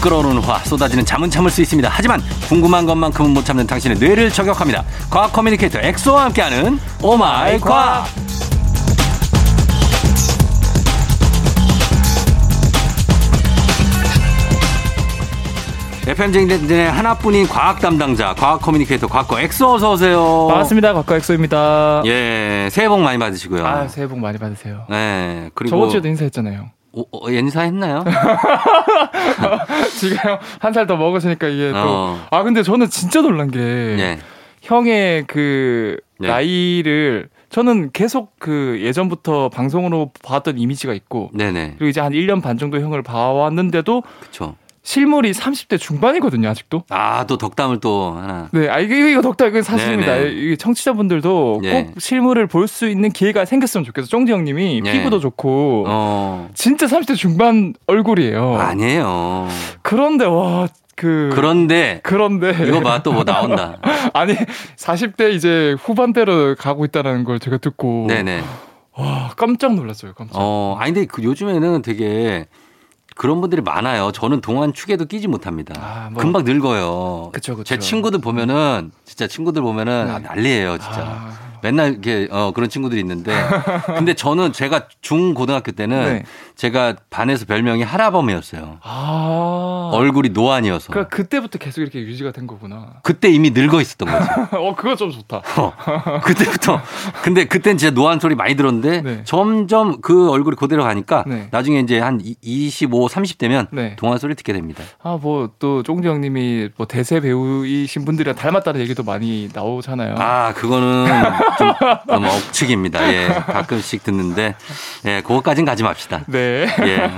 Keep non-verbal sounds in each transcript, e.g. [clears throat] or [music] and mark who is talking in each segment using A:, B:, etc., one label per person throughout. A: 끓어오르는 화 쏟아지는 잠은 참을 수 있습니다. 하지만 궁금한 것만큼은 못 참는 당신의 뇌를 저격합니다. 과학 커뮤니케이터 엑소와 함께하는 오마이 과학. FM쟁진의 하나뿐인 과학 담당자, 과학 커뮤니케이터, 과학과 엑소 어서 오세요.
B: 반갑습니다. 과거 엑소입니다.
A: 예, 새해 복 많이 받으시고요.
B: 아, 새해 복 많이 받으세요.
A: 네, 그리고
B: 저번 주에도 인사했잖아요. [laughs]
A: 오, 어, 인사했나요?
B: 지금 한 살 더 먹으시니까 이게 또.
A: 어.
B: 아, 근데 저는 진짜 놀란 게
A: 예.
B: 형의 그
A: 네.
B: 나이를 저는 계속 그 예전부터 방송으로 봤던 이미지가 있고
A: 네네.
B: 그리고 이제 한 1년 반 정도 형을 봐왔는데도
A: 그쵸.
B: 실물이 30대 중반이거든요, 아직도.
A: 아, 또 덕담을 또 하나.
B: 네, 아 이거 이거 덕다 이건 사실입니다.
A: 네, 네.
B: 이게 청취자분들도
A: 예.
B: 꼭 실물을 볼 수 있는 기회가 생겼으면 좋겠어. 쫑지 형님이
A: 예.
B: 피부도 좋고
A: 어.
B: 진짜 30대 중반 얼굴이에요.
A: 아니에요.
B: 그런데 와 그
A: 그런데
B: 그런데
A: 이거 봐, 또 뭐 나온다.
B: [laughs] 아니 40대 이제 후반대로 가고 있다는 걸 제가 듣고
A: 네네.
B: 와 깜짝 놀랐어요. 깜짝.
A: 어, 아니, 근데 그 요즘에는 되게 그런 분들이 많아요. 저는 동안 축에도 끼지 못합니다.
B: 아, 뭐.
A: 금방 늙어요.
B: 그쵸, 그쵸.
A: 제 친구들 보면은, 진짜 친구들 보면은 아,
B: 네.
A: 난리예요, 진짜.
B: 아,
A: 맨날 이렇게 어, 그런 친구들이 있는데 근데 저는 제가 중 고등학교 때는
B: 네.
A: 제가 반에서 별명이 하라범이었어요.
B: 아.
A: 얼굴이 노안이어서
B: 그러니까 그때부터 계속 이렇게 유지가 된 거구나. [laughs]
A: 그때 이미 늙어 있었던 거죠.
B: 어 그거 좀 좋다.
A: 어,
B: [laughs]
A: 그때부터 근데 그땐 진짜 노안 소리 많이 들었는데
B: 네.
A: 점점 그 얼굴이 그대로 가니까
B: 네.
A: 나중에 이제 한 이- 25, 30 되면
B: 네.
A: 동안 소리 듣게 됩니다.
B: 아 뭐 또 쫑지 형님이 뭐 대세 배우이신 분들이랑 닮았다는 얘기도 많이 나오잖아요.
A: 아 그거는 좀 너무 억측입니다. 예, 가끔씩 듣는데 예, 그거까진 가지 맙시다.
B: 네.
A: 예.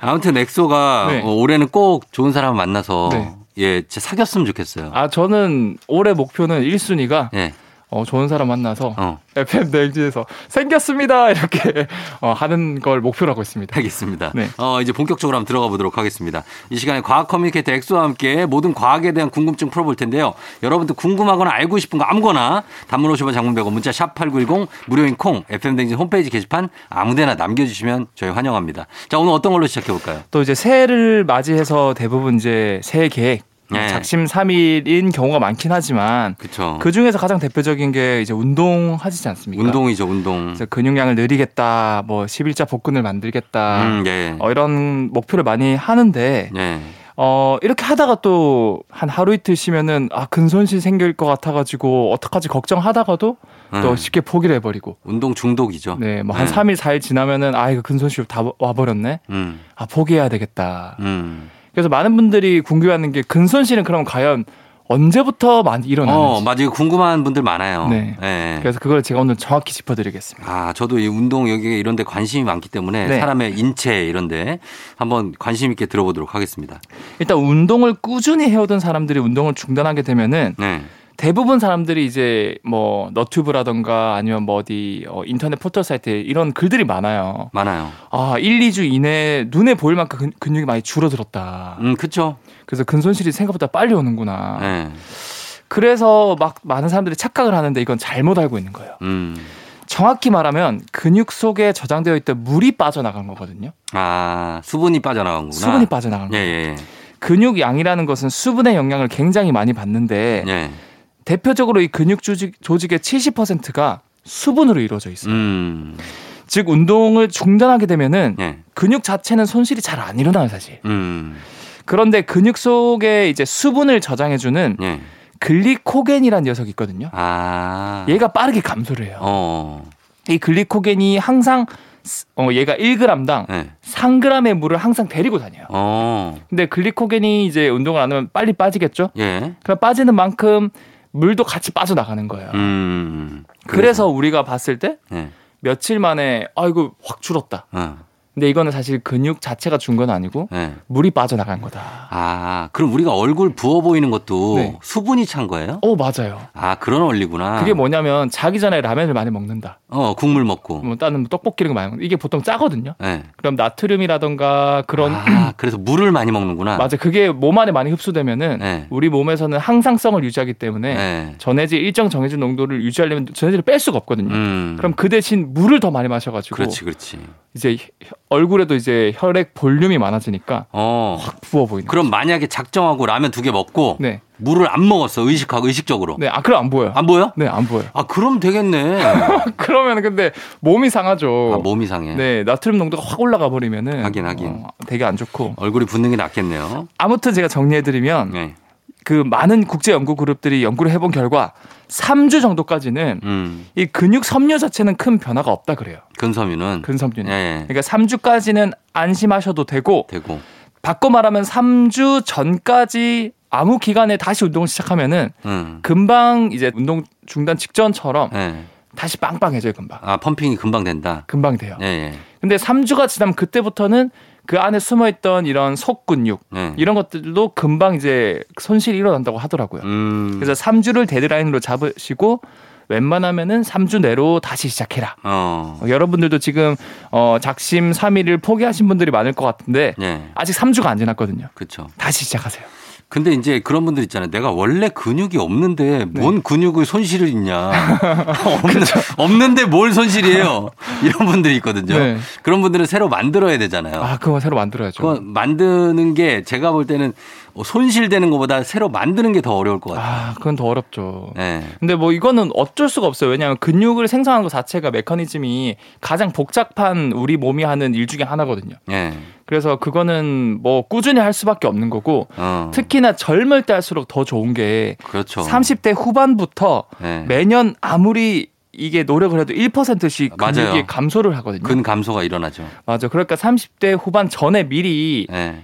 A: 아무튼 엑소가
B: 네.
A: 어, 올해는 꼭 좋은 사람 만나서
B: 네.
A: 예, 진짜 사귀었으면 좋겠어요.
B: 아 저는 올해 목표는 1순위가
A: 예.
B: 어, 좋은 사람 만나서
A: 어,
B: FM 대행진에서 생겼습니다 이렇게 어, 하는 걸 목표로 하고 있습니다.
A: 알겠습니다.
B: 네.
A: 어, 이제 본격적으로 한번 들어가 보도록 하겠습니다. 이 시간에 과학 커뮤니케이터 엑소와 함께 모든 과학에 대한 궁금증 풀어볼 텐데요. 여러분들 궁금하거나 알고 싶은 거 아무거나 단문 50원 장문 100원 문자 샵 8910 무료인 콩 FM 댕진 홈페이지 게시판 아무데나 남겨주시면 저희 환영합니다. 자, 오늘 어떤 걸로 시작해 볼까요?
B: 또 이제 새해를 맞이해서 대부분 이제 새해 계획
A: 네.
B: 작심 삼일인 경우가 많긴 하지만
A: 그쵸.
B: 그 중에서 가장 대표적인 게 이제 운동하시지 않습니까?
A: 운동이죠, 운동.
B: 그래서 근육량을 늘리겠다, 뭐 11자 복근을 만들겠다,
A: 음, 예.
B: 어, 이런 목표를 많이 하는데
A: 예.
B: 어, 이렇게 하다가 또 한 하루 이틀 쉬면은 아 근손실 생길 것 같아가지고 어떡하지 걱정하다가도 또
A: 음,
B: 쉽게 포기를 해버리고
A: 운동 중독이죠.
B: 네, 뭐 한
A: 네.
B: 삼 3일, 4일 지나면은 아, 이거 근손실 다 와버렸네.
A: 음.
B: 아, 포기해야 되겠다.
A: 음.
B: 그래서 많은 분들이 궁금해하는 게 근손실은 그럼 과연 언제부터 많이
A: 어,
B: 일어나는지.
A: 맞아요. 궁금한 분들 많아요.
B: 네.
A: 예.
B: 그래서 그걸 제가 오늘 정확히 짚어드리겠습니다.
A: 아, 저도 이 운동 여기 이런 데 관심이 많기 때문에
B: 네.
A: 사람의 인체 이런 데 한번 관심 있게 들어보도록 하겠습니다.
B: 일단 운동을 꾸준히 해오던 사람들이 운동을 중단하게 되면은
A: 네.
B: 대부분 사람들이 이제 뭐 너튜브라던가 아니면 뭐 어디 어, 인터넷 포털 사이트 에 이런 글들이 많아요.
A: 많아요.
B: 아, 1, 2주 이내에 눈에 보일 만큼 근- 근육이 많이 줄어들었다.
A: 음, 그쵸?
B: 그래서 근손실이 생각보다 빨리 오는구나.
A: 네.
B: 그래서 막 많은 사람들이 착각을 하는데 이건 잘못 알고 있는 거예요.
A: 음.
B: 정확히 말하면 근육 속에 저장되어 있던 물이 빠져나간 거거든요.
A: 아, 수분이 빠져나온 거구나.
B: 수분이 빠져나간
A: 예,
B: 거예요.
A: 예.
B: 근육 양이라는 것은 수분의 영향을 굉장히 많이 받는데
A: 예. 예.
B: 대표적으로 이 근육 조직, 조직의 70%가 수분으로 이루어져 있어요.
A: 음.
B: 즉 운동을 중단하게 되면은
A: 예.
B: 근육 자체는 손실이 잘 안 일어나요, 사실.
A: 음.
B: 그런데 근육 속에 이제 수분을 저장해 주는
A: 예.
B: 글리코겐이라는 녀석이 있거든요.
A: 아.
B: 얘가 빠르게 감소를 해요.
A: 어.
B: 이 글리코겐이 항상 스- 어, 얘가 1g당
A: 예.
B: 3g의 물을 항상 데리고 다녀요.
A: 어.
B: 근데 글리코겐이 이제 운동을 안 하면 빨리 빠지겠죠?
A: 예.
B: 그럼 빠지는 만큼 물도 같이 빠져나가는 거예요.
A: 음.
B: 그래서 우리가 봤을 때
A: 예.
B: 며칠 만에 아 이거 확 줄었다.
A: 어.
B: 근데 이거는 사실 근육 자체가 준 건 아니고
A: 예.
B: 물이 빠져나간 거다.
A: 아, 그럼 우리가 얼굴 부어 보이는 것도
B: 네.
A: 수분이 찬 거예요?
B: 어 맞아요.
A: 아, 그런 원리구나.
B: 그게 뭐냐면 자기 전에 라면을 많이 먹는다.
A: 어, 국물 먹고.
B: 뭐 다른 뭐 떡볶이 이런 거 많이 먹는다. 이게 보통 짜거든요.
A: 예.
B: 그럼 나트륨이라던가 그런
A: 아, 그래서 물을 많이 먹는구나.
B: 맞아 그게 몸 안에 많이 흡수되면은
A: 네.
B: 우리 몸에서는 항상성을 유지하기 때문에
A: 예.
B: 전해질 일정 정해진 농도를 유지하려면 전해질을 뺄 수가 없거든요.
A: 음.
B: 그럼 그 대신 물을 더 많이 마셔가지고
A: 그렇지, 그렇지.
B: 이제 혀- 얼굴에도 이제 혈액 볼륨이 많아지니까
A: 어.
B: 확 부어 보이는.
A: 그럼 만약에 작정하고 라면 두 개 먹고
B: 네.
A: 물을 안 먹었어. 의식하고 의식적으로.
B: 네, 아 그럼 안 보여요.
A: 안 보여?
B: 네, 안 보여요. [laughs]
A: 아, 그럼 되겠네. 아,
B: 그러면 근데 몸이 상하죠.
A: 몸이 상해.
B: 네, 나트륨 농도가 확 올라가 버리면은
A: 하긴, 하긴.
B: 어, 되게 안 좋고.
A: 얼굴이 붓는 게 낫겠네요.
B: 아무튼 제가 정리해 드리면
A: 네.
B: 그 많은 국제 연구 그룹들이 연구를 해본 결과 3주 정도까지는
A: 음.
B: 이 근육 섬유 자체는 큰 변화가 없다 그래요.
A: 근섬유는
B: 근섬유는.
A: 예, 예.
B: 그러니까 3주까지는 안심하셔도 되고
A: 되고.
B: 바꿔 말하면 3주 전까지 아무 기간에 다시 운동을 시작하면은
A: 음.
B: 금방 이제 운동 중단 직전처럼
A: 예.
B: 다시 빵빵해져요, 금방.
A: 아, 펌핑이 금방 된다.
B: 금방 돼요.
A: 예, 예.
B: 근데 3주가 지나면 그때부터는 그 안에 숨어 있던 이런 속 근육
A: 예.
B: 이런 것들도 금방 이제 손실이 일어난다고 하더라고요.
A: 음.
B: 그래서 3주를 데드라인으로 잡으시고 웬만하면은 3주 내로 다시 시작해라.
A: 어.
B: 어, 여러분들도 지금 어, 작심 3일을 포기하신 분들이 많을 것 같은데
A: 예.
B: 아직 3주가 안 지났거든요.
A: 그렇죠.
B: 다시 시작하세요.
A: 근데 이제 그런 분들 있잖아요. 내가 원래 근육이 없는데
B: 네.
A: 뭔 근육을 손실을
B: [laughs]
A: 있냐.
B: 그렇죠.
A: 없는, 데뭘 손실이에요. 이런 분들이 있거든요.
B: 네.
A: 그런 분들은 새로 만들어야 되잖아요.
B: 아, 그거 새로 만들어야죠.
A: 그거 만드는 게 제가 볼 때는 어, 손실되는 것보다 새로 만드는 게 더 어려울 것 같아요.
B: 아, 그건 더 어렵죠.
A: 네.
B: 근데 뭐 이거는 어쩔 수가 없어요. 왜냐하면 근육을 생성하는 것 자체가 메커니즘이 가장 복잡한 우리 몸이 하는 일 중에 하나거든요.
A: 네.
B: 그래서 그거는 뭐 꾸준히 할 수밖에 없는 거고
A: 어,
B: 특히나 젊을 때 할수록 더 좋은 게
A: 그렇죠.
B: 30대 후반부터
A: 네.
B: 매년 아무리 이게 노력을 해도 1%씩 근육이
A: 맞아요.
B: 감소를 하거든요.
A: 근 감소가 일어나죠.
B: 맞아. 그러니까 30대 후반 전에 미리
A: 네.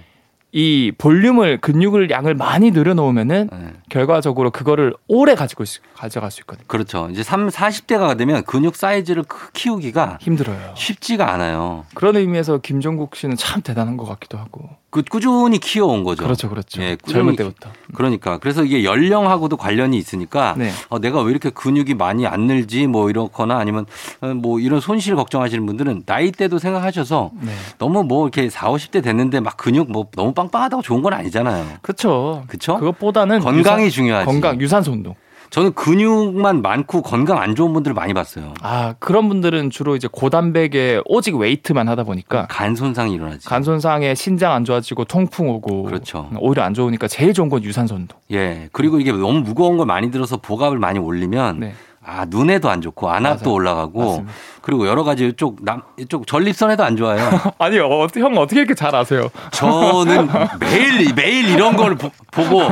B: 이 볼륨을 근육을 양을 많이 늘여놓으면은
A: 네.
B: 결과적으로 그거를 오래 가지고 있- 가져갈 수 있거든요.
A: 그렇죠. 이제 3, 40대가 되면 근육 사이즈를 크- 키우기가
B: 힘들어요.
A: 쉽지가 않아요.
B: 그런 의미에서 김종국 씨는 참 대단한 것 같기도 하고.
A: 그 꾸준히 키워온 거죠.
B: 그렇죠, 그렇죠.
A: 예,
B: 젊을
A: 꾸준히
B: 때부터.
A: 그러니까 그래서 이게 연령하고도 관련이 있으니까
B: 네.
A: 어, 내가 왜 이렇게 근육이 많이 안 늘지 뭐 이렇거나 아니면 어, 뭐 이런 손실 걱정하시는 분들은 나이 때도 생각하셔서
B: 네.
A: 너무 뭐 이렇게 4, 50대 됐는데 막 근육 뭐 너무 빵빵하다고 좋은 건 아니잖아요.
B: 그렇죠.
A: 그쵸?
B: 그것보다는
A: 건강이
B: 유산-
A: 중요하지.
B: 건강 유산소 운동.
A: 저는 근육만 많고 건강 안 좋은 분들을 많이 봤어요.
B: 아 그런 분들은 주로 이제 고단백에 오직 웨이트만 하다 보니까
A: 간 손상이 일어나지.
B: 간 손상에 신장 안 좋아지고 통풍 오고
A: 그렇죠.
B: 오히려 안 좋으니까 제일 좋은 건 유산소 운동.
A: 예. 그리고 이게 너무 무거운 걸 많이 들어서 복압을 많이 올리면
B: 네.
A: 아, 눈에도 안 좋고 안압도
B: 맞아요.
A: 올라가고
B: 맞습니다.
A: 그리고 여러 가지 이쪽 남 이쪽 전립선에도 안 좋아요.
B: [laughs] 아니 어, 형 어떻게 이렇게 잘 아세요?
A: 저는 매일 매일 이런 걸 보, 고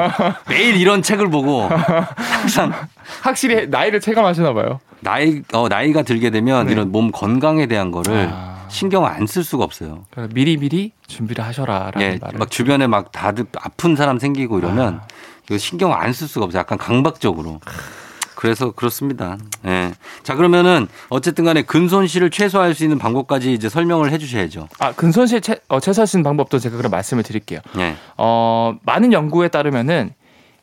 A: 매일 이런 책을 보고 항상
B: 확실히 나이를 체감하시나 봐요.
A: 나이 어, 나이가 들게 되면
B: 네.
A: 이런 몸 건강에 대한 거를
B: 아.
A: 신경 안 쓸 수가 없어요.
B: 그러니까 미리미리 준비를 하셔라라는
A: 예,
B: 말을.
A: 막 주변에 막 다들 아픈 사람 생기고 이러면 이거 신경 안 쓸 수가 없어요. 약간 강박적으로. 그래서 그렇습니다. 예. 자, 그러면은 어쨌든 간에 근손실을 최소화할 수 있는 방법까지 이제 설명을 해 주셔야죠.
B: 아 근손실 채, 어, 최소화하시는 방법도 제가 그럼 말씀을 드릴게요.
A: 예.
B: 어, 많은 연구에 따르면은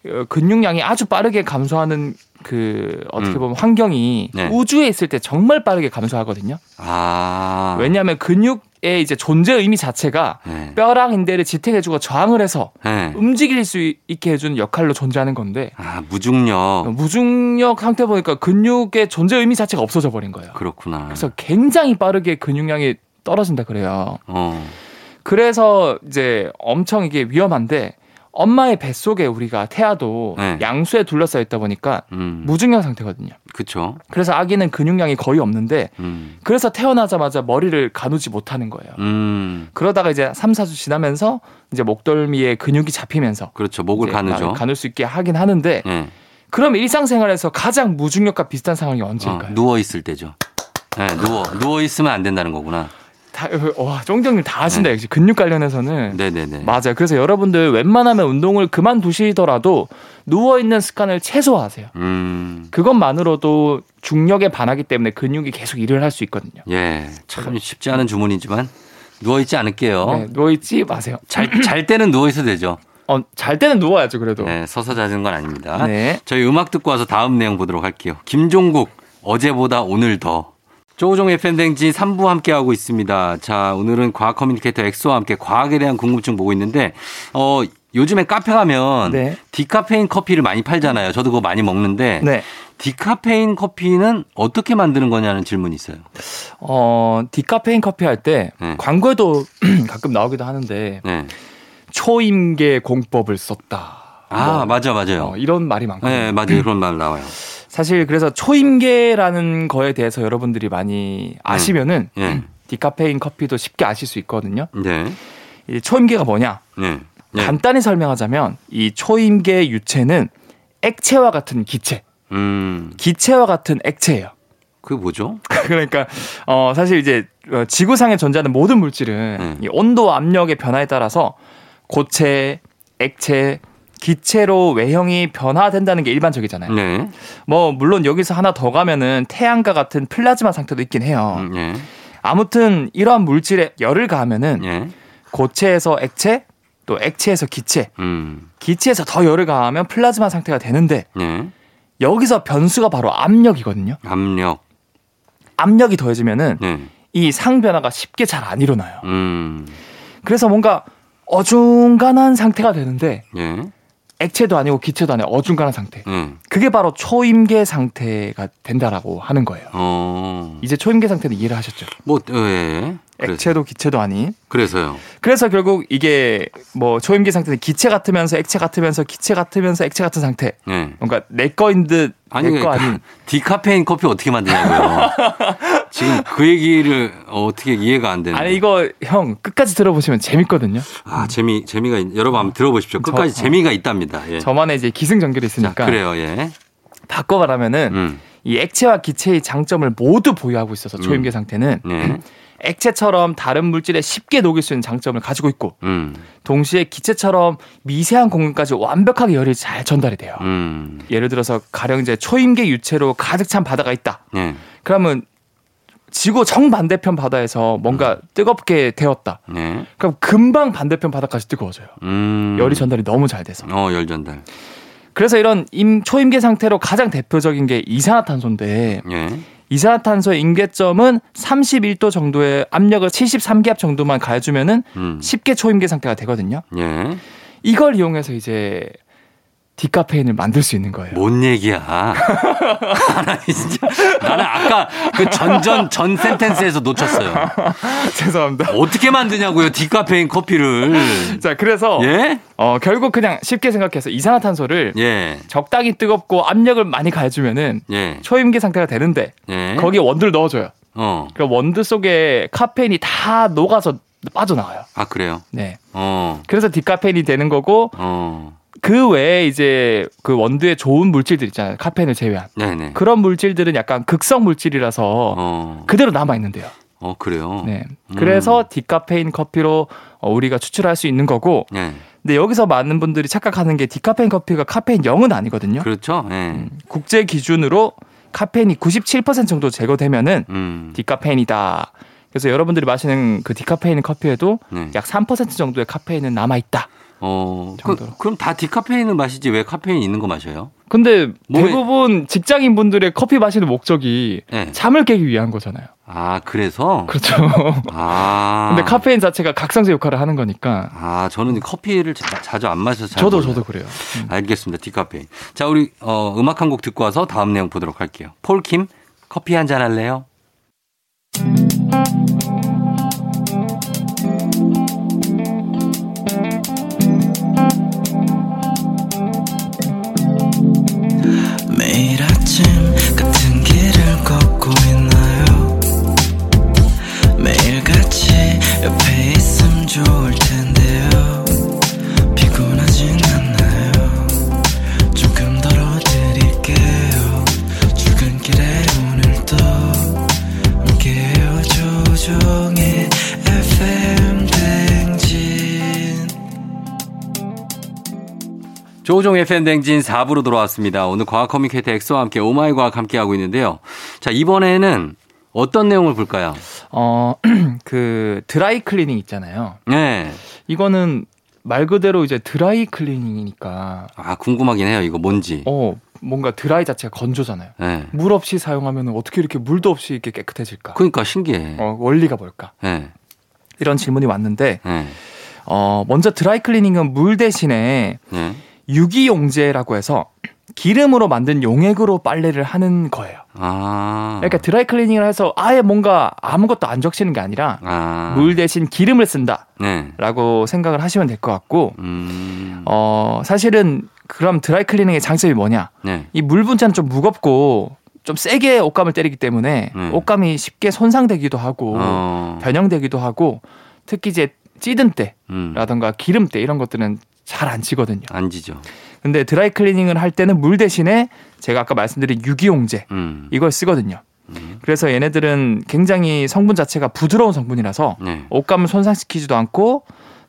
B: 어, 근육량이 아주 빠르게 감소하는 그 어떻게
A: 음.
B: 보면 환경이
A: 네.
B: 우주에 있을 때 정말 빠르게 감소하거든요.
A: 아.
B: 왜냐하면 근육의 이제 존재 의미 자체가
A: 예.
B: 뼈랑 인대를 지탱해주고 저항을 해서
A: 예.
B: 움직일 수 있게 해주는 역할로 존재하는 건데
A: 아,
B: 음.
A: 무중력.
B: 무중력 상태 보니까 근육의 존재 의미 자체가 없어져 버린 거예요.
A: 그렇구나.
B: 그래서 굉장히 빠르게 근육량이 떨어진다 그래요.
A: 어.
B: 그래서 이제 엄청 이게 위험한데 엄마의 뱃속에 우리가 태아도
A: 네.
B: 양수에 둘러싸여 있다 보니까
A: 음.
B: 무중력 상태거든요.
A: 그쵸.
B: 그래서 아기는 근육량이 거의 없는데
A: 음.
B: 그래서 태어나자마자 머리를 가누지 못하는 거예요.
A: 음.
B: 그러다가 이제 3, 4주 지나면서 이제 목덜미에 근육이 잡히면서
A: 그렇죠. 목을
B: 이제
A: 가누죠.
B: 가눌 수 있게 하긴 하는데
A: 예.
B: 그럼 일상생활에서 가장 무중력과 비슷한 상황이 언제일까요?
A: 아, 누워 있을 때죠. 예, 누워 누워 있으면 안 된다는 거구나.
B: 다, 와, 쫑정님 다 아신다 역시 근육 관련해서는
A: 네, 네, 네.
B: 맞아요. 그래서 여러분들 웬만하면 운동을 그만두시더라도 누워 있는 습관을 최소화하세요.
A: 음.
B: 그것만으로도 중력에 반하기 때문에 근육이 계속 일을 할 수 있거든요.
A: 예. 참 쉽지 않은 주문이지만 누워 있지 않을게요.
B: 네, 누워 있지 마세요.
A: 잘, 잘 때는 누워 있어도 되죠.
B: 어, 잘 때는 누워야죠 그래도.
A: 네, 서서 자는 건 아닙니다.
B: 네.
A: 저희 음악 듣고 와서 다음 내용 보도록 할게요. 김종국, 어제보다 오늘 더. 조우종 FM댕진 3부 함께하고 있습니다. 자, 오늘은 과학 커뮤니케이터 엑소와 함께 과학에 대한 궁금증 보고 있는데, 어, 요즘에 카페 가면
B: 네.
A: 디카페인 커피를 많이 팔잖아요. 저도 그거 많이 먹는데
B: 네.
A: 디카페인 커피는 어떻게 만드는 거냐는 질문이 있어요.
B: 어, 디카페인 커피 할 때
A: 네.
B: 광고에도 [clears throat] 가끔 나오기도 하는데
A: 네.
B: 초임계 공법을 썼다.
A: 아, 맞아, 맞아요.
B: 어, 이런 말이 많고.
A: 네, 맞아요. 그런 말 나와요.
B: 사실 그래서 초임계라는 거에 대해서 여러분들이 많이 아시면은
A: 예.
B: 디카페인 커피도 쉽게 아실 수 있거든요.
A: 네.
B: 이 초임계가 뭐냐?
A: 네. 네.
B: 음. 간단히 설명하자면 이 초임계 유체는 액체와 같은 기체,
A: 음.
B: 기체와 같은 액체예요. [laughs]
A: 그게 뭐죠?
B: 그러니까 어 사실 이제 어, 지구상에 존재하는 모든 물질은
A: 음.
B: 이 온도와 압력의 변화에 따라서 고체, 액체, 기체로 외형이 변화된다는 게 일반적이잖아요.
A: 네.
B: 뭐 물론 여기서 하나 더 가면은 태양과 같은 플라즈마 상태도 있긴 해요.
A: 음, 예.
B: 아무튼 이러한 물질에 열을 가하면은
A: 예.
B: 고체에서 액체, 또 액체에서 기체,
A: 음.
B: 기체에서 더 열을 가하면 플라즈마 상태가 되는데
A: 예.
B: 여기서 변수가 바로 압력이거든요.
A: 압력.
B: 압력이 더해지면은
A: 네.
B: 이 상변화가 쉽게 잘 안 일어나요.
A: 음.
B: 그래서 뭔가 어중간한 상태가 되는데
A: 예.
B: 액체도 아니고 기체도 아니고 어중간한 상태.
A: 예.
B: 그게 바로 초임계 상태가 된다라고 하는 거예요.
A: 어.
B: 이제 초임계 상태는 이해를 하셨죠?
A: 뭐 예, 예. 그래서,
B: 액체도 기체도 아닌.
A: 그래서요.
B: 그래서 결국 이게 뭐 초임계 상태는 기체 같으면서 액체 같으면서 기체 같으면서 액체 같은 상태.
A: 예.
B: 뭔가 내 거인 듯 내
A: 아니,
B: 거 아닌.
A: 디카페인 커피 어떻게 만드냐고요.
B: [laughs]
A: 지금 그 얘기를 어떻게 이해가 안 되는.
B: 아니 이거 형 끝까지 들어보시면 재밌거든요.
A: 아, 재미 재미가 있- 여러분 한번 들어보십시오.
B: 저-
A: 끝까지
B: 어.
A: 재미가 있답니다. 예.
B: 저만의 이제 기승전결이 있으니까
A: 그래요. 예.
B: 바꿔 말하면은
A: 음.
B: 이 액체와 기체의 장점을 모두 보유하고 있어서 초임계 상태는 [clears throat]
A: 예.
B: 액체처럼 다른 물질에 쉽게 녹일 수 있는 장점을 가지고 있고
A: 음.
B: 동시에 기체처럼 미세한 공간까지 완벽하게 열이 잘 전달이 돼요.
A: 음.
B: 예를 들어서 가령 이제 초임계 유체로 가득 찬 바다가 있다.
A: 예.
B: 그러면 지구 정반대편 바다에서
A: 음.
B: 뭔가 뜨겁게 데웠다.
A: 예.
B: 그럼 금방 반대편 바다까지 뜨거워져요.
A: 음.
B: 열이 전달이 너무 잘 돼서.
A: 어, 열 전달.
B: 그래서 이런 임, 초임계 상태로 가장 대표적인 게 이산화탄소인데
A: 예.
B: 이산화탄소의 임계점은 31도 정도의 압력을 73기압 정도만 가해주면은
A: 음.
B: 쉽게 초임계 상태가 되거든요.
A: 예.
B: 이걸 이용해서 이제 디카페인을 만들 수 있는 거예요.
A: 뭔 얘기야. [laughs] 나 진짜 나는 아까 그 전전 전 센텐스에서 놓쳤어요.
B: [laughs] 죄송합니다.
A: 어떻게 만드냐고요, 디카페인 커피를.
B: 자, 그래서
A: 예?
B: 어, 결국 그냥 쉽게 생각해서 이산화탄소를
A: 예.
B: 적당히 뜨겁고 압력을 많이 가해주면은
A: 예.
B: 초임계 상태가 되는데
A: 예.
B: 거기에 원두를 넣어줘요.
A: 어.
B: 그럼 원두 속에 카페인이 다 녹아서 빠져나와요.
A: 아, 그래요.
B: 네.
A: 어.
B: 그래서 디카페인이 되는 거고
A: 어.
B: 그 외에 이제 그 원두에 좋은 물질들 있잖아요. 카페인을 제외한.
A: 네, 네.
B: 그런 물질들은 약간 극성 물질이라서
A: 어.
B: 그대로 남아 있는데요.
A: 어, 그래요.
B: 네.
A: 음.
B: 그래서 디카페인 커피로 어, 우리가 추출할 수 있는 거고.
A: 예.
B: 근데 여기서 많은 분들이 착각하는 게 디카페인 커피가 카페인 0은 아니거든요.
A: 그렇죠?
B: 음.
A: 예.
B: 국제 기준으로 카페인이 97% 정도 제거되면은
A: 음.
B: 디카페인이다. 그래서 여러분들이 마시는 그 디카페인 커피에도
A: 네.
B: 약 3% 정도의 카페인은 남아 있다.
A: 어.
B: 정도로.
A: 그, 그럼 다 디카페인을 마시지 왜 카페인 있는 거 마셔요?
B: 근데
A: 몸에-
B: 대부분 직장인 분들의 커피 마시는 목적이
A: 예.
B: 잠을 깨기 위한 거잖아요.
A: 아, 그래서
B: 그렇죠.
A: 아.
B: [laughs] 근데 카페인 자체가 각성제 역할을 하는 거니까.
A: 아, 저는 커피를 자, 자주 안 마셔서 잘
B: 저도
A: 몰라요.
B: 저도 그래요. 음.
A: 알겠습니다. 디카페인. 자, 우리 어, 음악 한 곡 듣고 와서 다음 내용 보도록 할게요. 폴킴 커피 한 잔 할래요?
C: 매일 아침 같은 길을 걷고 있나요 매일 같이 옆에 있음 좋을 텐데요 피곤하진 않나요 조금 덜어드릴게요 출근길에 오늘도 함께해요 조종의 FM 댕진
A: 조종의 팬댕진 4부로 돌아왔습니다. 오늘 과학 커뮤니케이터 엑소와 함께 오마이 과학 함께하고 있는데요. 자, 이번에는 어떤 내용을 볼까요?
B: 어, [clears throat] 어그 드라이 클리닝 있잖아요.
A: 네.
B: 이거는 말 그대로 이제 드라이 클리닝이니까
A: 아, 궁금하긴 해요. 이거 뭔지.
B: 어 뭔가 드라이 자체가 건조잖아요.
A: 네.
B: 물 없이 사용하면 어떻게 이렇게 물도 없이 이렇게
A: 그
B: 깨끗해질까?
A: 그러니까 신기해.
B: 어 원리가 뭘까?
A: 네.
B: 이런 질문이 왔는데
A: 네.
B: 어, 먼저 드라이 클리닝은 물 대신에
A: 네.
B: 유기용제라고 해서 기름으로 만든 용액으로 빨래를 하는 거예요.
A: 아.
B: 그러니까 드라이 클리닝을 해서 아예 뭔가 아무것도 안 적시는 게 아니라
A: 아.
B: 물 대신 기름을 쓴다라고
A: 네.
B: 생각을 하시면 될 것 같고
A: 음.
B: 어, 사실은 그럼 드라이 클리닝의 장점이 뭐냐?
A: 네.
B: 이 물 분자는 좀 무겁고 좀 세게 옷감을 때리기 때문에
A: 네.
B: 옷감이 쉽게 손상되기도 하고
A: 어.
B: 변형되기도 하고 특히 이제 찌든
A: 음.
B: 때라던가 기름 때 이런 것들은 잘 안 치거든요.
A: 안 지죠.
B: 근데 드라이 클리닝을 할 때는 물 대신에 제가 아까 말씀드린 유기용제
A: 음.
B: 이걸 쓰거든요.
A: 음.
B: 그래서 얘네들은 굉장히 성분 자체가 부드러운 성분이라서
A: 네.
B: 옷감을 손상시키지도 않고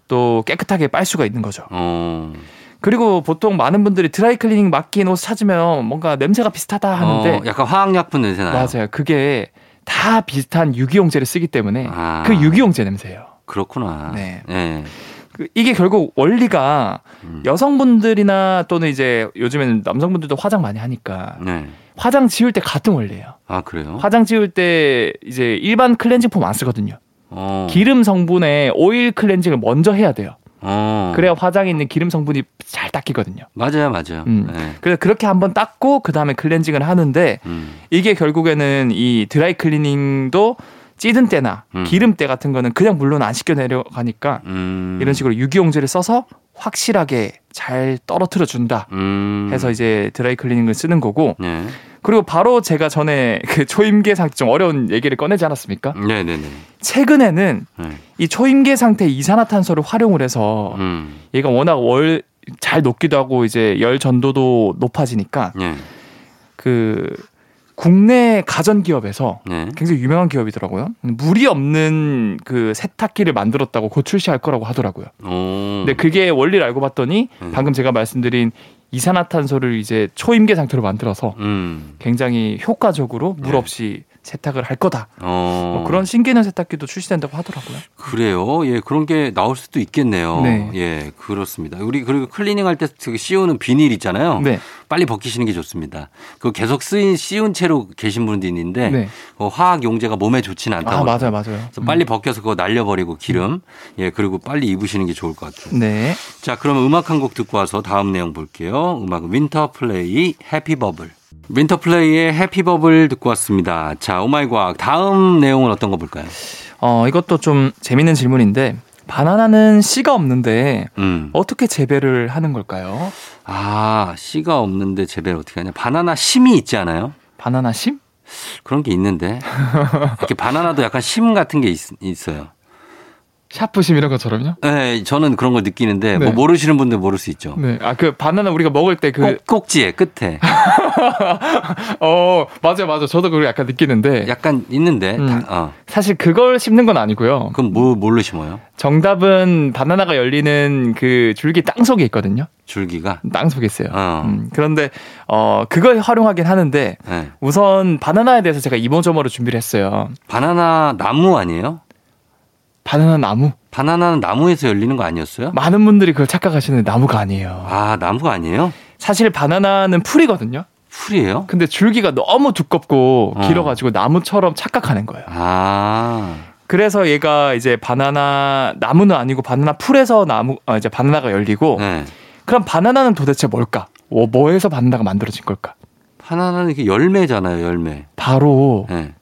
B: 또 깨끗하게 빨 수가 있는 거죠.
A: 어.
B: 그리고 보통 많은 분들이 드라이 클리닝 맡긴 옷 찾으면 뭔가 냄새가 비슷하다 하는데
A: 어, 약간 화학약품 냄새 나요.
B: 맞아요. 그게 다 비슷한 유기용제를 쓰기 때문에
A: 아.
B: 그 유기용제 냄새예요.
A: 그렇구나.
B: 네.
A: 네.
B: 그 이게 결국 원리가
A: 음.
B: 여성분들이나 또는 이제 요즘에는 남성분들도 화장 많이 하니까
A: 네.
B: 화장 지울 때 같은 원리예요.
A: 아 그래요?
B: 어? 화장 지울 때 이제 일반 클렌징 폼 안 쓰거든요.
A: 어.
B: 기름 성분의 오일 클렌징을 먼저 해야 돼요.
A: 어.
B: 그래야 화장에 있는 기름 성분이 잘 닦이거든요.
A: 맞아요, 맞아요.
B: 음.
A: 네.
B: 그래서 그렇게 한번 닦고 그 다음에 클렌징을 하는데
A: 음.
B: 이게 결국에는 이 드라이 클리닝도 찌든 때나
A: 음.
B: 기름 때 같은 거는 그냥 물론 안 씻겨 내려가니까
A: 음.
B: 이런 식으로 유기용제를 써서 확실하게 잘 떨어뜨려 준다
A: 음.
B: 해서 이제 드라이 클리닝을 쓰는 거고
A: 네.
B: 그리고 바로 제가 전에 그 초임계 상태 좀 어려운 얘기를 꺼내지 않았습니까?
A: 네, 네, 네.
B: 최근에는
A: 네.
B: 이 초임계 상태 이산화탄소를 활용을 해서
A: 음.
B: 얘가 워낙 월 잘 녹기도 하고 이제 열 전도도 높아지니까
A: 네.
B: 그 국내 가전 기업에서
A: 네.
B: 굉장히 유명한 기업이더라고요. 물이 없는 그 세탁기를 만들었다고 곧 출시할 거라고 하더라고요.
A: 오.
B: 근데 그 네, 그게 원리를 알고 봤더니
A: 음.
B: 방금 제가 말씀드린 이산화탄소를 이제 초임계 상태로 만들어서
A: 음.
B: 굉장히 효과적으로 물
A: 네.
B: 없이 세탁을 할 거다.
A: 어.
B: 뭐 그런 신기능 세탁기도 출시된다고 하더라고요.
A: 그래요. 예, 그런 게 나올 수도 있겠네요.
B: 네.
A: 예, 그렇습니다. 우리 그리고 클리닝 할때 씌우는 비닐 있잖아요.
B: 네.
A: 빨리 벗기시는 게 좋습니다. 그 계속 쓰인 씌운 채로 계신 분도 있는데
B: 네.
A: 어, 화학 용제가 몸에 좋지는 않다고.
B: 아 맞아요, 음. 맞아요.
A: 그래서 빨리 벗겨서 그거 날려버리고 기름 예 그리고 빨리 입으시는 게 좋을 것 같아요.
B: 네.
A: 자 그러면 음악 한 곡 듣고 와서 다음 내용 볼게요. 음악은 윈터플레이 해피버블. 윈터플레이의 해피버블 듣고 왔습니다. 자 오마이과학 다음 내용은 어떤 거 볼까요?
B: 어 이것도 좀 재밌는 질문인데 바나나는 씨가 없는데
A: 음.
B: 어떻게 재배를 하는 걸까요?
A: 아 씨가 없는데 재배를 어떻게 하냐? 바나나 심이 있지 않아요?
B: 바나나 심?
A: 그런 게
B: [laughs]
A: 있는데 이렇게 바나나도 약간 심 같은 게 있, 어요
B: 샤프심 이런 것처럼요?
A: 네, 저는 그런 걸 느끼는데 뭐
B: 네.
A: 모르시는 분들 모를 수 있죠.
B: 네. 아 그 바나나 우리가 먹을 때 그
A: 꼭, 꼭지에
B: [laughs]
A: 끝에
B: 어, 맞아요, 맞아요. 저도 그걸 약간 느끼는데
A: 약간 있는데
B: 음.
A: 다- 어.
B: 사실 그걸 심는 건 아니고요.
A: 그럼 뭐 뭘로 심어요?
B: 정답은 바나나가 열리는 그 줄기 땅 속에 있거든요.
A: 줄기가.
B: 땅 속에 있어요.
A: 어.
B: 음, 그런데 어 그걸 활용하긴 하는데
A: 네.
B: 우선 바나나에 대해서 제가 이모저모로 준비를 했어요.
A: 바나나 나무 아니에요?
B: 바나나 나무.
A: 바나나는 나무에서 열리는 거 아니었어요?
B: 많은 분들이 그걸 착각하시는 나무가 아니에요.
A: 아 나무가 아니에요?
B: 사실 바나나는 풀이거든요.
A: 풀이에요?
B: 근데 줄기가 너무 두껍고
A: 어.
B: 길어가지고 나무처럼 착각하는 거예요.
A: 아
B: 그래서 얘가 이제 바나나 나무는 아니고 바나나 풀에서 나무 아, 이제 바나나가 열리고
A: 네.
B: 그럼 바나나는 도대체 뭘까? 뭐, 뭐에서 바나나가 만들어진 걸까?
A: 바나나는 이렇게 열매잖아요, 열매.
B: 바로
A: 네.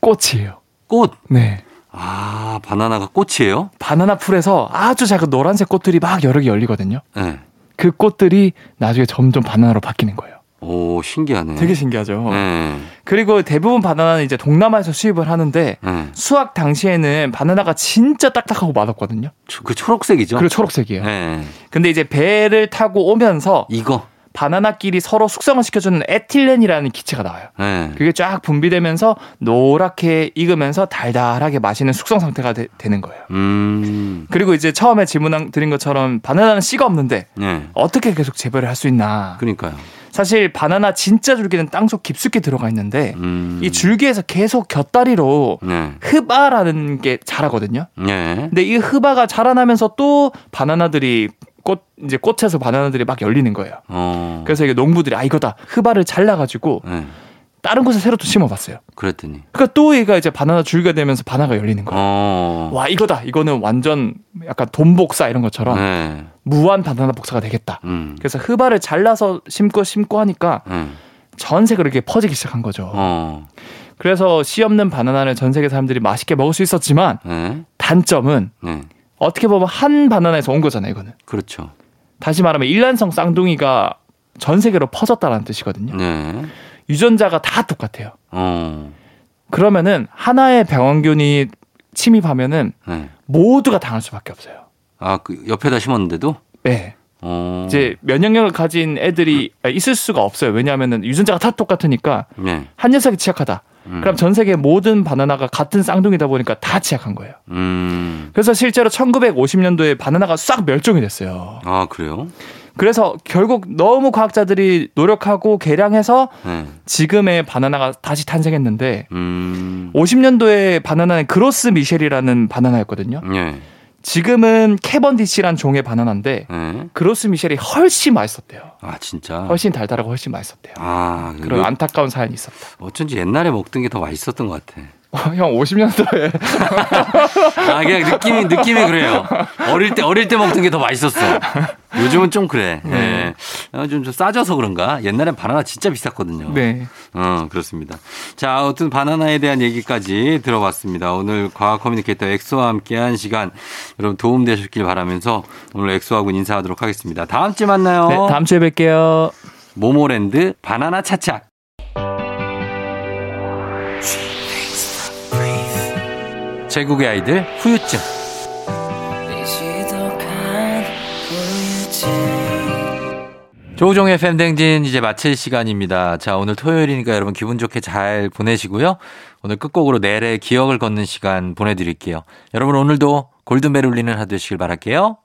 B: 꽃이에요.
A: 꽃.
B: 네.
A: 아 바나나가 꽃이에요?
B: 바나나 풀에서 아주 작은 노란색 꽃들이 막 여러 개 열리거든요.
A: 네.
B: 그 꽃들이 나중에 점점 바나나로 바뀌는 거예요.
A: 오 신기하네.
B: 되게 신기하죠.
A: 네.
B: 그리고 대부분 바나나는 이제 동남아에서 수입을 하는데
A: 네.
B: 수확 당시에는 바나나가 진짜 딱딱하고 맛없거든요.
A: 초- 그 초록색이죠?
B: 그리고 초록색이에요.
A: 네.
B: 근데 이제 배를 타고 오면서
A: 이거.
B: 바나나끼리 서로 숙성을 시켜주는 에틸렌이라는 기체가 나와요.
A: 네.
B: 그게 쫙 분비되면서 노랗게 익으면서 달달하게 맛있는 숙성 상태가 되, 는 거예요.
A: 음.
B: 그리고 이제 처음에 질문 드린 것처럼 바나나는 씨가 없는데
A: 네.
B: 어떻게 계속 재배를 할 수 있나.
A: 그러니까요.
B: 사실 바나나 진짜 줄기는 땅속 깊숙이 들어가 있는데
A: 음.
B: 이 줄기에서 계속 곁다리로
A: 네.
B: 흡아라는 게 자라거든요.
A: 네.
B: 근데 이 흡아가 자라나면서 또 바나나들이 꽃 이제 꽃에서 바나나들이 막 열리는 거예요.
A: 어.
B: 그래서 이게 농부들이 아 이거다 흡아를 잘라가지고
A: 네.
B: 다른 곳에 새로 또 심어봤어요.
A: 그랬더니.
B: 그러니까 또 얘가 이제 바나나 줄기가 되면서 바나가 열리는 거예요.
A: 어.
B: 와 이거다. 이거는 완전 약간 돈 복사 이런 것처럼
A: 네.
B: 무한 바나나 복사가 되겠다.
A: 음.
B: 그래서 흡알을 잘라서 심고 심고 하니까
A: 음.
B: 전 세계로 이렇게 퍼지기 시작한 거죠.
A: 어.
B: 그래서 씨 없는 바나나를 전 세계 사람들이 맛있게 먹을 수 있었지만
A: 네.
B: 단점은
A: 네.
B: 어떻게 보면 한 바나나에서 온 거잖아요, 이거는.
A: 그렇죠.
B: 다시 말하면 일란성 쌍둥이가 전 세계로 퍼졌다라는 뜻이거든요.
A: 네.
B: 유전자가 다 똑같아요.
A: 어.
B: 그러면은 하나의 병원균이 침입하면은
A: 네.
B: 모두가 당할 수밖에 없어요.
A: 아, 그 옆에다 심었는데도?
B: 네.
A: 어.
B: 이제 면역력을 가진 애들이 아, 있을 수가 없어요. 왜냐하면은 유전자가 다 똑같으니까
A: 네.
B: 한 녀석이 취약하다.
A: 음.
B: 그럼 전 세계 모든 바나나가 같은 쌍둥이다 보니까 다 취약한 거예요.
A: 음.
B: 그래서 실제로 1950년도에 바나나가 싹 멸종이 됐어요.
A: 아, 그래요?
B: 그래서 결국 너무 과학자들이 노력하고 개량해서
A: 네.
B: 지금의 바나나가 다시 탄생했는데
A: 음.
B: 50년도에 바나나는 그로스 미셸이라는 바나나였거든요.
A: 네.
B: 지금은 캐번디시란 종의 바나나인데
A: 네.
B: 그로스 미셸이 훨씬 맛있었대요.
A: 아, 진짜.
B: 훨씬 달달하고 훨씬 맛있었대요.
A: 아,
B: 그런
A: 그런
B: 안타까운 사연이 있었다. [laughs]
A: 어쩐지 옛날에 먹던 게 더 맛있었던 것 같아.
B: 형 50년도에
A: 아, 그냥 느낌이, 느낌이 그래요. 어릴 때, 어릴 때 먹던 게 더 맛있었어. 요즘은 좀 그래.
B: 네.
A: 예. 아, 좀, 좀 싸져서 그런가? 옛날엔 바나나 진짜 비쌌거든요.
B: 네.
A: 어, 그렇습니다. 자, 아무튼 바나나에 대한 얘기까지 들어봤습니다. 오늘 과학 커뮤니케이터 엑소와 함께한 시간 여러분 도움 되셨길 바라면서 오늘 엑소하고는 인사하도록 하겠습니다. 다음 주에 만나요.
B: 네, 다음 주에 뵐게요.
A: 모모랜드 바나나 차착. 제국의 아이들 후유증.
C: 시도한 후유증
A: 조우종의 팬댕진 이제 마칠 시간입니다. 자, 오늘 토요일이니까 여러분 기분 좋게 잘 보내시고요. 오늘 끝곡으로 내래 기억을 걷는 시간 보내드릴게요. 여러분 오늘도 골든벨 울리는 하루 되시길 바랄게요.